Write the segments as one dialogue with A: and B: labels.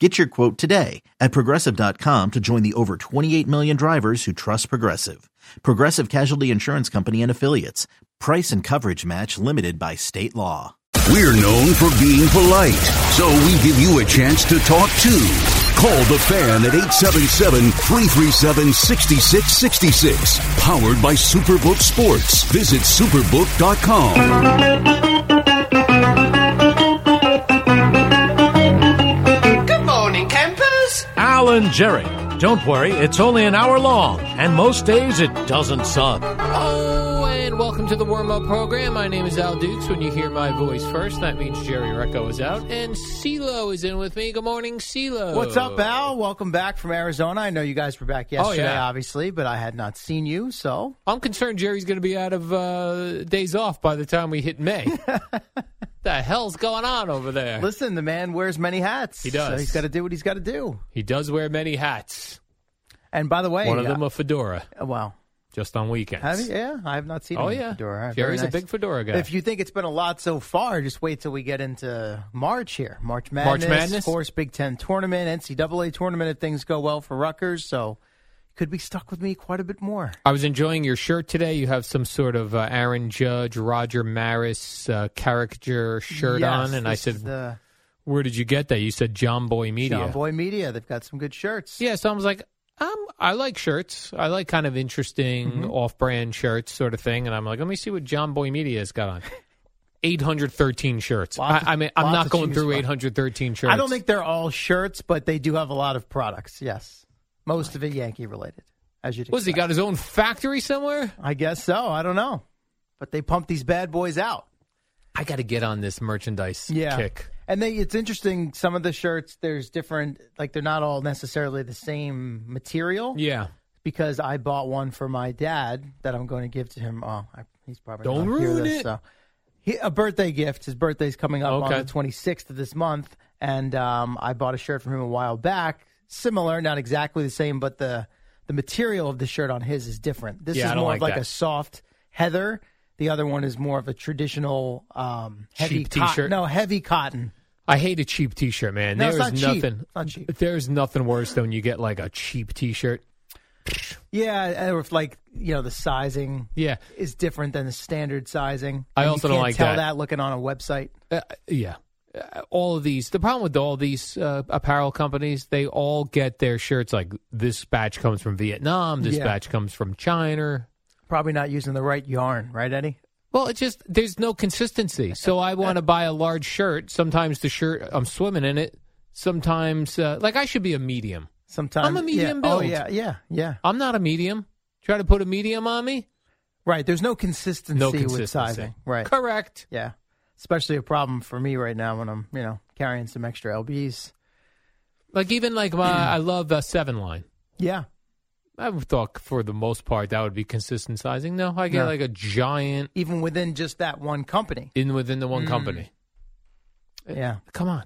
A: Get your quote today at progressive.com to join the over 28 million drivers who trust Progressive. Progressive Casualty Insurance Company and Affiliates. Price and coverage match limited by state law.
B: We're known for being polite, so we give you a chance to talk too. Call the fan at 877 337 6666. Powered by Superbook Sports. Visit superbook.com.
C: Good morning, campers.
D: Alan Jerry. Don't worry, it's only an hour long, and most days it doesn't suck.
C: Oh, and welcome to the warm up program. My name is Al Dukes. When you hear my voice first, that means Jerry Recco is out, and CeeLo is in with me. Good morning, CeeLo.
E: What's up, Al? Welcome back from Arizona. I know you guys were back yesterday,
C: Oh, yeah.
E: obviously, but I had not seen you, so
C: I'm concerned Jerry's going to be out of uh, days off by the time we hit May. the hell's going on over there?
E: listen. The man wears many hats. He
C: does.
E: So he's got to do what he's got to do.
C: He does wear many hats.
E: And by the way,
C: One of them a fedora,
E: uh, well,
C: just on weekends.
E: have you- yeah, I have not seen.
C: Oh
E: him in
C: yeah,
E: Fedora. Very
C: Jerry's
E: nice.
C: a big fedora guy.
E: If you think it's been a lot so far, just wait till we get into March here. March Madness,
C: Madness?
E: of course, Big Ten tournament, NCAA tournament. If things go well for Rutgers, so could be stuck with me quite a bit more.
C: I was enjoying your shirt today. You have some sort of uh, Aaron Judge, Roger Maris uh, caricature shirt
E: Yes,
C: on, and I
E: this
C: said,
E: is the
C: "Where did you get that?" You said John Boy Media.
E: John Boy Media. They've got some good shirts.
C: Yeah, so I was like, um, I like shirts. I like kind of interesting
E: Mm-hmm.
C: off-brand shirts, sort of thing. And I'm like, let me see what John Boy Media has got on. 813 shirts. I,
E: Lots of-
C: I mean, I'm
E: lots
C: not
E: to
C: going
E: choose
C: through
E: from.
C: 813 shirts.
E: I don't think they're all shirts, but they do have a lot of products. Yes, most of it Yankee related, as you'd
C: Was he
E: expect.
C: got his own factory somewhere?
E: I guess so. I don't know, but they pump these bad boys out.
C: I got to get on this merchandise
E: Yeah,
C: kick.
E: and they it's interesting. Some of the shirts there's different, like they're not all necessarily the same material.
C: Yeah.
E: because I bought one for my dad that I'm going to give to him. Oh, I, he's probably
C: Don't
E: not hear
C: ruin
E: this,
C: it.
E: So. He, a birthday gift. His birthday's coming up
C: Okay.
E: on the 26th of this month, and um, I bought a shirt from him a while back. Similar, not exactly the same, but the the material of the shirt on his is different. This
C: Yeah, I
E: is
C: don't
E: more
C: like
E: of like
C: that.
E: a soft heather. The other one is more of a traditional um, heavy
C: Cheap
E: cotton-
C: t-shirt.
E: No, heavy cotton.
C: I hate a cheap T-shirt, man.
E: No,
C: There's
E: it's not cheap.
C: nothing.
E: It's not cheap.
C: There's nothing worse than when you get like a cheap T-shirt.
E: Yeah, or if like you know the sizing
C: Yeah,
E: is different than the standard sizing.
C: I
E: And you
C: also don't
E: can't
C: like
E: tell
C: that.
E: that. looking on a website.
C: uh, yeah. Uh, all of these. The problem with all these uh, apparel companies, they all get their shirts like this batch comes from Vietnam, this
E: Yeah.
C: batch comes from China.
E: Probably not using the right yarn, right, Eddie?
C: Well, it's just there's no consistency. So I want to buy a large shirt. Sometimes the shirt I'm swimming in it. Sometimes uh, like I should be a medium.
E: Sometimes
C: I'm a medium
E: yeah. Oh
C: build.
E: yeah, yeah, yeah.
C: I'm not a medium. Try to put a medium on me.
E: Right. There's no consistency,
C: No
E: with
C: consistency.
E: sizing. Right.
C: Correct.
E: yeah. Especially a problem for me right now when I'm, you know, carrying some extra lbs.
C: Like even like my I love the seven line.
E: Yeah.
C: I would thought for the most part that would be consistent sizing. No, I get
E: Yeah.
C: like a giant
E: Even within just that one company.
C: in within the one company.
E: Yeah.
C: Eh, Come on.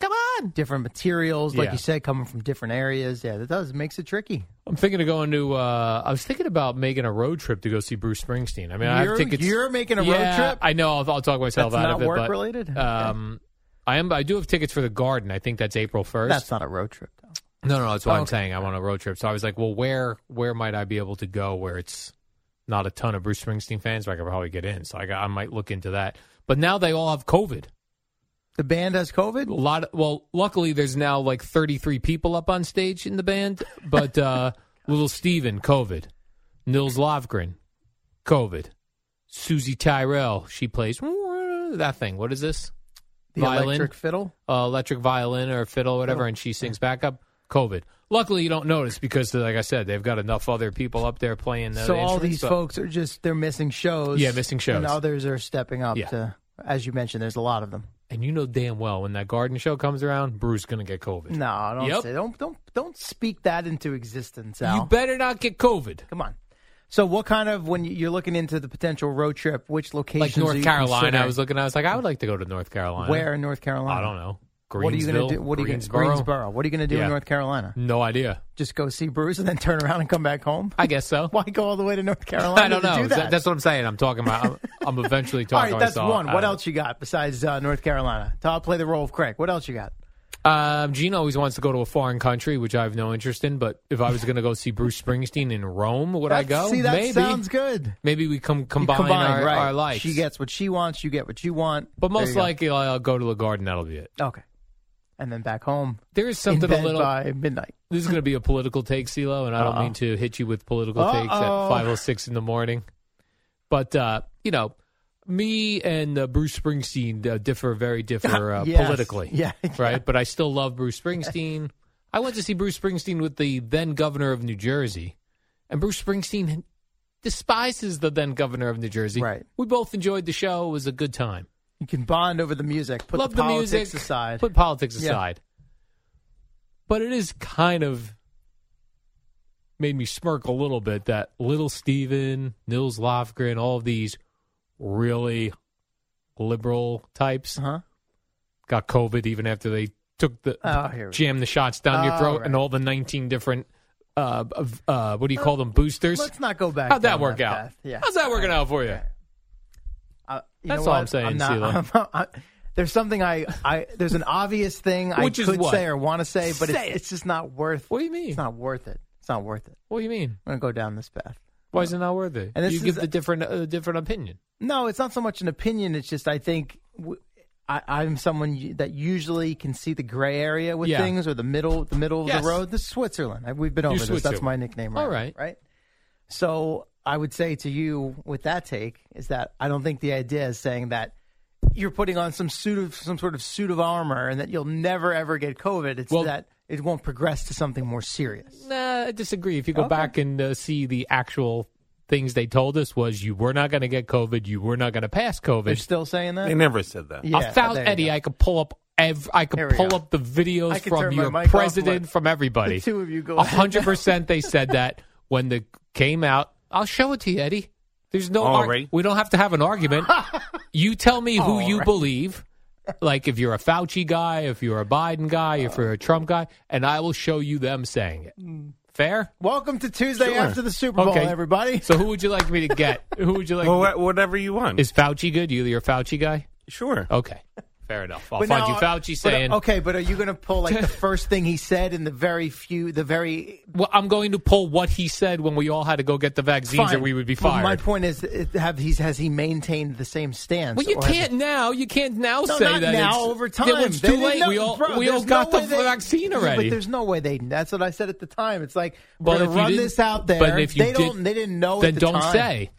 C: Come on.
E: fun. Different materials, like
C: Yeah.
E: you said, coming from different areas. Yeah, that does makes it tricky.
C: I'm thinking of going to. Uh, I was thinking about making a road trip to go see Bruce Springsteen. I mean, I have
E: You're-
C: tickets.
E: you're making a road
C: Yeah,
E: trip?
C: I know. I'll, I'll talk myself
E: That's
C: out
E: not
C: of it. but,
E: work-related? Okay.
C: Um, I am. I do have tickets for the Garden. I think that's April first.
E: That's not a road trip though.
C: No, no, that's what I'm
E: Okay.
C: saying. I'm on a road trip, so I was like, well, where where might I be able to go where it's not a ton of Bruce Springsteen fans, but I could probably get in. So I got, I might look into that. But now they all have COVID.
E: The band has COVID.
C: A lot. Of, well, luckily there's now like 33 people up on stage in the band, but uh little Steven, COVID. Nils Lovgren, COVID. Susie Tyrell, she plays that thing. What is this?
E: The
C: Violin?
E: electric fiddle.
C: uh, electric violin or fiddle or whatever, and she sings backup. COVID. Luckily, you don't notice because, like I said, they've got enough other people up there playing. the
E: so all
C: instruments,
E: these
C: but-
E: folks are just they're missing shows.
C: Yeah, missing shows.
E: And others are stepping up
C: Yeah.
E: to as you mentioned, there's a lot of them.
C: and you know damn well when that garden show comes around, Bruce's gonna get COVID.
E: No, don't
C: Yep.
E: say don't don't don't speak that into existence, Al.
C: you better not get COVID.
E: Come on. So what kind of when you- you're looking into the potential road trip, which locations
C: Like
E: are
C: North
E: you
C: Carolina, I
E: considering?
C: was looking. I was like, I would like to go to North Carolina.
E: Where in North Carolina?
C: I don't know.
E: What are you
C: Greensville.
E: going to do? What are you going to
C: Greensboro?
E: Greensboro? What are you going to do
C: Yeah.
E: in North Carolina?
C: No idea.
E: Just go see Bruce and then turn around and come back home?
C: I guess so.
E: Why go all the way to North Carolina?
C: I don't
E: to
C: know.
E: do
C: That-
E: that?
C: That's what I'm saying. I'm talking about. I'm, I'm eventually
E: all
C: talking
E: right.
C: about
E: That's
C: myself.
E: one.
C: I
E: What
C: don't
E: else you got besides uh, North Carolina? I'll play the role of Craig. What else you got?
C: Um, Gene always wants to go to a foreign country, which I have no interest in. But if I was going to go see Bruce Springsteen in Rome, would I
E: That-
C: go?
E: See, that
C: maybe.
E: sounds good.
C: Maybe we come combine, our,
E: right.
C: our likes.
E: She gets what she wants. You get what you want.
C: but
E: There
C: most
E: you go.
C: likely, I'll, I'll go to the garden. That'll be it.
E: okay. And then back home
C: There is
E: in
C: something a
E: bed
C: little.
E: by midnight.
C: This is going to be a political take, CeeLo, and I don't mean to hit you with political takes at
E: Uh-uh. Uh-oh.
C: five oh six in the morning. But uh, you know, me and uh, Bruce Springsteen uh, differ very differ uh,
E: Yes.
C: politically.
E: Yeah.
C: right? But I still love Bruce Springsteen. I went to see Bruce Springsteen with the then governor of New Jersey, and Bruce Springsteen despises the then governor of New Jersey.
E: Right.
C: We both enjoyed the show. It was a good time.
E: You can bond over the music. Put
C: love
E: the politics
C: music
E: aside.
C: Put politics
E: Yeah.
C: aside. But it is kind of made me smirk a little bit that Little Steven, Nils Lofgren, all of these really liberal types
E: huh?
C: got COVID even after they took the
E: Oh, here we go.
C: jam the shots down your
E: Oh,
C: throat
E: right.
C: and all the 19 different uh, of- uh, what do you call them boosters
E: Let's not go back.
C: how'd that
E: down
C: work out
E: path. Yeah.
C: how's that working out for you
E: Uh, you
C: That's
E: know
C: all
E: what?
C: I'm saying,
E: not-
C: CeeLo.
E: I'm not- I- there's something I, I there's an obvious thing
C: Which
E: I
C: is
E: could
C: what?
E: say or want to say, but
C: Say
E: it's,
C: it.
E: it's just not worth.
C: what do you mean
E: It's not worth it. It's not worth it.
C: what do you mean
E: I'm gonna go down this path.
C: why is it not worth it
E: And this
C: you
E: is-
C: give the different uh, different opinion
E: No, it's not so much an opinion. It's just I think w- I, am someone y- that usually can see the gray area with
C: Yeah.
E: things or the middle, the middle of
C: Yes.
E: the road. This is Switzerland. I- We've been over this. That's
C: Switzerland.
E: my nickname.
C: All
E: now,
C: right.
E: right. So I would say to you with that take is that I don't think the idea is saying that you're putting on some suit of some sort of suit of armor and that you'll never ever get COVID. It's
C: Well-
E: that it won't progress to something more serious.
C: nah I disagree if you go
E: Okay.
C: back and uh, see the actual things they told us was you were not going to get COVID you were not going to pass
E: They're
C: COVID
E: still saying that.
F: They never said that.
E: Yeah,
C: a thousand
E: there you
C: Eddie
E: go.
C: I could pull up ev- I
E: Here
C: could
E: we
C: pull
E: go.
C: up the videos
E: I could
C: from
E: turn my
C: your
E: mic off,
C: president
E: let
C: from everybody
E: the two of you go
C: A
E: ahead.
C: hundred percent they said that when the came out I'll show it to you Eddie there's no
F: All
C: arg-
F: right.
C: we don't have to have an argument you tell me who you believe like if you're a Fauci guy if you're a Biden guy if you're a Trump guy and I will show you them saying it
E: Mm.
C: fair
E: Welcome to Tuesday after the Super Bowl,
C: Okay.
E: everybody.
C: so who would you like me to get who would you like
F: Well, wha- whatever you want.
C: is Fauci good you you're a Fauci guy
F: sure.
C: okay fair enough I'll
E: But
C: find
E: now-
C: you Fauci
E: but, uh,
C: saying
E: okay, but are you going to pull like the first thing he said in the very few, the very
C: Well, I'm going to pull what he said when we all had to go get the vaccines, or
E: Fine.
C: we would be
E: Well,
C: fired.
E: my point is, it- have he has he maintained the same stance?
C: well, you
E: or has-
C: can't now. You can't now
E: No,
C: say
E: not
C: that.
E: now.
C: it's-
E: Over
C: Yeah,
E: time,
C: well, it's
E: They
C: too
E: didn't
C: late.
E: know-
C: we all
E: bro,
C: we all
E: there's
C: got
E: no
C: the
E: way they-
C: vaccine
E: Yeah,
C: already.
E: but there's no way they. That's what I said at the time. It's like
C: But
E: we're
C: if
E: gonna
C: you
E: run
C: didn't-
E: this out there.
C: But if you
E: they
C: did,
E: don't, they didn't know.
C: Then
E: at the
C: don't
E: time.
C: say.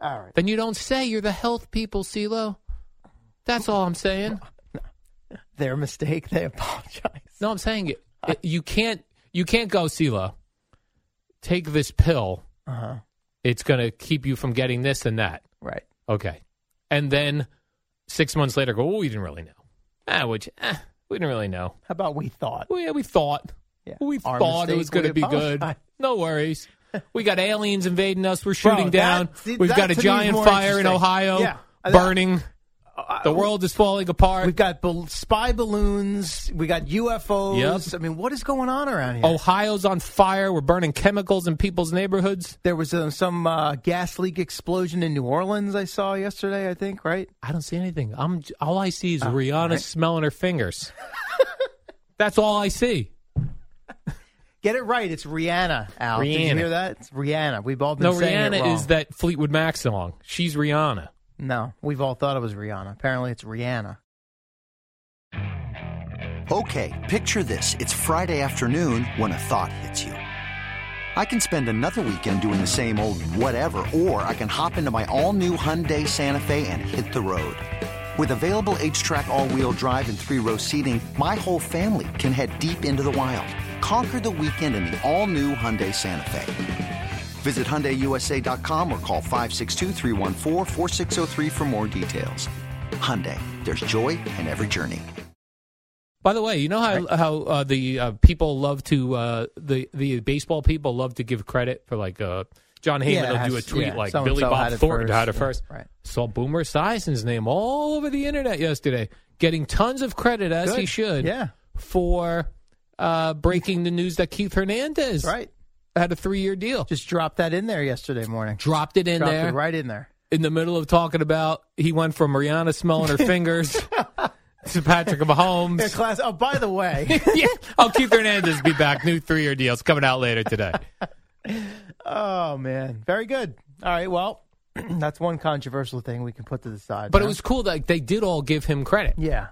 E: All right.
C: Then you don't say. You're the health people, CeeLo. That's all I'm saying.
E: Their mistake. They apologize.
C: No, I'm saying it.
E: Uh-huh.
C: it- You can't. You can't go, CeeLo. Take this pill.
E: Uh-huh.
C: It's going to keep you from getting this and that.
E: Right.
C: Okay. And then six months later, go. Oh, we didn't really know. Ah, which eh, we didn't really know.
E: How about we thought?
C: Well, yeah, we thought.
E: Yeah.
C: We
E: Our
C: thought it
E: mistake,
C: was going
E: we
C: to be good.
E: apologize.
C: No worries. We got aliens invading us. We're shooting
E: that-
C: down.
E: see,
C: We've
E: that
C: got a
E: to me is
C: giant
E: more
C: fire in
E: interesting.
C: Ohio
E: Yeah.
C: burning.
E: I-
C: The world is falling apart.
E: We've Uh, got bal- spy balloons. We got UFOs.
C: Yep. Oh.
E: I mean, what is going on around here?
C: Ohio's on fire. We're burning chemicals in people's neighborhoods.
E: there was uh, some uh, gas leak explosion in New Orleans. I saw yesterday. I think right.
C: I don't see anything. I'm all I
E: Oh,
C: see is Rihanna smelling her fingers. That's all I see.
E: Get it right. It's Rihanna. Al, did you
C: Rihanna.
E: hear that? It's Rihanna. We've all been
C: No,
E: saying it
C: Rihanna
E: wrong.
C: is that Fleetwood Mac song. She's Rihanna.
E: No, we've all thought it was Rihanna. Apparently, it's Rihanna.
G: Okay, picture this. It's Friday afternoon when a thought hits you. I can spend another weekend doing the same old whatever, or I can hop into my all new Hyundai Santa Fe and hit the road. With available H track, all wheel drive, and three row seating, my whole family can head deep into the wild. Conquer the weekend in the all new Hyundai Santa Fe. Visit HyundaiUSA.com or call 562-314-4603 for more details. Hyundai, there's joy in every journey.
C: By the way, you know how how uh, the uh, people love to uh, the the baseball people love to give credit for like uh, John Heyman
E: Yeah,
C: will do a
E: has-
C: tweet
E: yeah,
C: like
E: so-and-so
C: Billy
E: had
C: Bob
E: it
C: Thornton
E: first,
C: had it
E: yeah,
C: first.
E: right.
C: Saw Boomer Sison's name all over the internet yesterday, getting tons of credit as he
E: Good.
C: should
E: Yeah.
C: for uh, breaking the news that Keith Hernandez
E: Right.
C: had a three year deal. Just
E: Just dropped that in there yesterday morning.
C: dropped it in
E: dropped
C: there
E: it right in there.
C: in the middle of talking about he went from Rihanna smelling her fingers to Patrick Mahomes.
E: Yeah, class. Oh, by the way,
C: yeah. Oh, Keith Hernandez be back. New three year deals coming out later today.
E: oh man, very good. All right, well, that's one controversial thing we can put to the side.
C: But it
E: huh?
C: was cool that like, they did all give him credit.
E: yeah.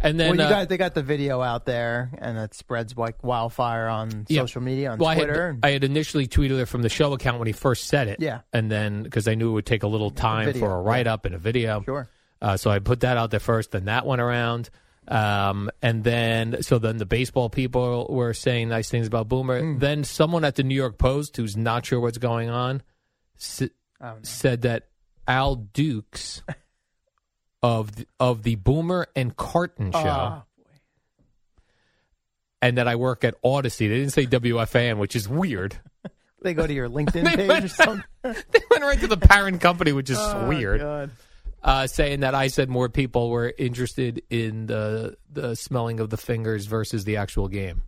C: And then
E: well, you
C: uh,
E: guys, they got the video out there, and it spreads like wildfire on
C: yeah.
E: social media on
C: Well, I had-
E: Twitter.
C: I had,
E: and-
C: initially tweeted it from the show account when he first said it.
E: Yeah.
C: And then because I knew it would take a little time
E: video,
C: for a
E: yeah.
C: write up and a video.
E: Sure.
C: Uh, so I put that out there first, then that went around. Um, and then, so then the baseball people were saying nice things about Boomer.
E: Hmm.
C: Then someone at the New York Post, who's not sure what's going on, s-
E: Oh,
C: said that Al Dukes of the, of the Boomer and Carton show,
E: Ah,
C: and that I work at Odyssey. They didn't say WFAN, which is weird.
E: they go to your LinkedIn page or something.
C: they went right to the parent company, which is
E: Oh,
C: weird.
E: God.
C: uh, saying that I said more people were interested in the the smelling of the fingers versus the actual game.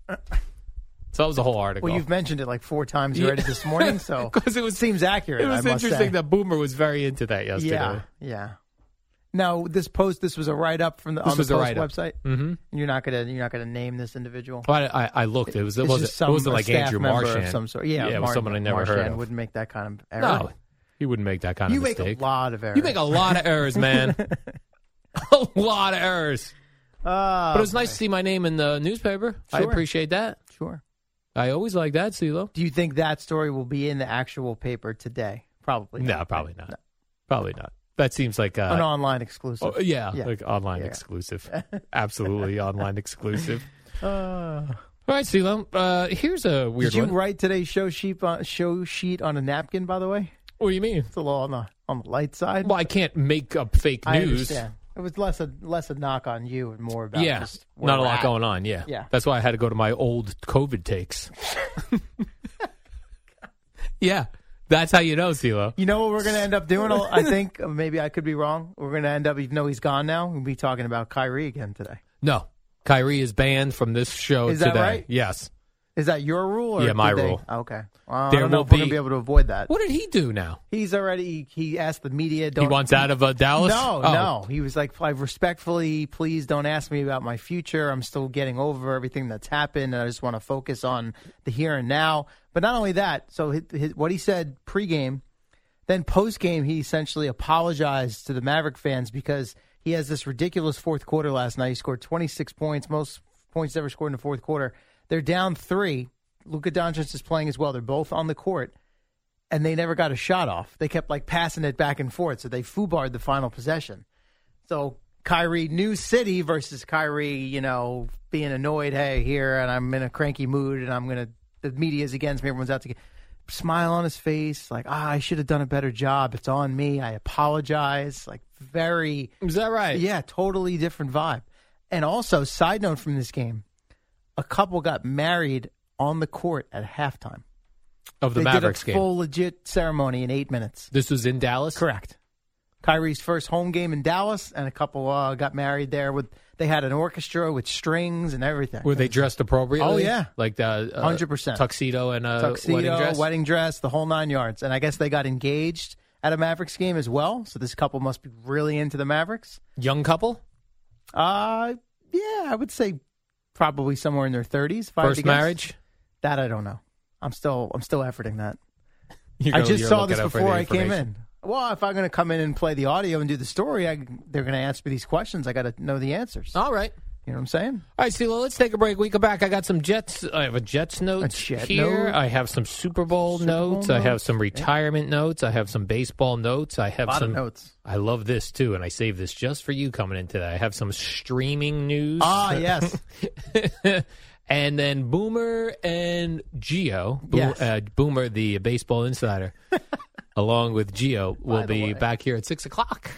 C: So that was the whole article.
E: Well, you've mentioned it like four times
C: Yeah.
E: already this morning, so
C: 'Cause it was-
E: seems accurate.
C: it was
E: I must
C: interesting
E: say.
C: that Boomer was very into that yesterday.
E: yeah, yeah. Now this post, this was a write up from the
C: This
E: on
C: was
E: the
C: a
E: post
C: write-up.
E: website.
C: hmm
E: You're not gonna you're not gonna name this individual.
C: But I, I looked. It was it
E: It's
C: wasn't
E: just some-
C: it wasn't
E: a
C: like
E: staff
C: Andrew
E: member of
C: Marshan.
E: some sort. Yeah,
C: it was
E: Mar-
C: someone I never
E: Marshan
C: heard of.
E: Wouldn't make that kind of error.
C: No, he wouldn't make that kind
E: you
C: of
E: make
C: mistake.
E: a lot of errors.
C: You make a lot of errors, man. a lot of errors.
E: Ah,
C: But it was nice to see my name in the newspaper. I
E: Sure.
C: appreciate that.
E: sure.
C: I always like that, CeeLo.
E: Do you think that story will be in the actual paper today? Probably.
C: No,
E: not.
C: probably not. Probably not. That seems like uh,
E: An online exclusive.
C: Oh, yeah,
E: Yeah.
C: like online
E: Yeah.
C: exclusive. Absolutely online exclusive. All right, CeeLo. Uh, here's a weird
E: Ah. Did you
C: one.
E: write today's show sheet on, show sheet on a napkin? By the way,
C: what do you mean?
E: it's a little on the on the light side.
C: Well, I can't make up fake
E: I
C: news.
E: understand. It was less a less a knock on you and more about
C: Yeah,
E: just where
C: not a
E: we're
C: lot
E: at.
C: going on. Yeah,
E: Yeah.
C: That's why I had to go to my old COVID takes. yeah, that's how you know, CeeLo.
E: You know what we're going to end up doing? I think uh, maybe I could be wrong. We're going to end up, even though he's gone now, we'll be talking about Kyrie again today.
C: No, Kyrie is banned from this show
E: Is that
C: today.
E: right?
C: Yes.
E: Is that your rule? Or
C: Yeah, my
E: did they-
C: rule.
E: Okay. Well,
C: There
E: I don't know
C: will
E: if we're going
C: be-
E: to be able to avoid that.
C: What did he do now?
E: He's already he asked the media. Don't,
C: He wants out of uh, Dallas.
E: No,
C: Oh.
E: no. He was like, I respectfully, please don't ask me about my future. I'm still getting over everything that's happened, and I just want to focus on the here and now. But not only that, so his, his, what he said pregame, then postgame, he essentially apologized to the Maverick fans because he has this ridiculous fourth quarter last night. He scored 26 points, most points ever scored in the fourth quarter. They're down three. Luka Doncic is playing as well. They're both on the court and they never got a shot off. They kept like passing it back and forth, so they foobarred the final possession. So Kyrie, New City versus Kyrie, you know, being annoyed. Hey, here, and I'm in a cranky mood, and I'm gonna. The media's against me. Everyone's out to get. Smile on his face, like ah, I should have done a better job. It's on me. I apologize. Like very,
C: Is that right?
E: yeah, totally different vibe. And also, side note from this game, a couple got married on the court at halftime
C: Of the
E: they
C: Mavericks
E: did a
C: game.
E: full legit ceremony in eight minutes.
C: This was in Dallas.
E: Correct. Kyrie's first home game in Dallas, and a couple uh, got married there. With they had an orchestra with strings and everything.
C: Were they dressed appropriately?
E: Oh, yeah.
C: like the uh,
E: 100%.
C: tuxedo and a
E: tuxedo,
C: uh, wedding dress.
E: the whole nine yards. And I guess they got engaged at a Mavericks game as well. So this couple must be really into the Mavericks.
C: Young couple,
E: Uh, yeah, I would say probably somewhere in their thirties. if I had to
C: first
E: guess.
C: marriage.
E: That I don't know. I'm still I'm still efforting that.
C: You're
E: I
C: gonna-
E: just
C: you're
E: saw
C: looking
E: this
C: up for the
E: before I came
C: information.
E: in. Well, if I'm going to come in and play the audio and do the story, I, they're going to ask me these questions. I got to know the answers.
C: All right.
E: You know what I'm saying?
C: All right, Silo, let's take a break. We come back. I got some Jets. I have a Jets notes
E: Jet
C: here.
E: note.
C: I have some Super Bowl
E: Super Bowl
C: notes. I have
E: notes,
C: some
E: yeah.
C: retirement notes. I have some baseball notes. I
E: A
C: have
E: lot
C: some
E: of notes.
C: I love this too, and I saved this just for you coming in today. I have some streaming news.
E: Ah, yes.
C: and then Boomer and Geo, Bo-
E: Yes.
C: uh, Boomer the baseball insider, along with Geo, will
E: the
C: be
E: way.
C: back here at six o'clock.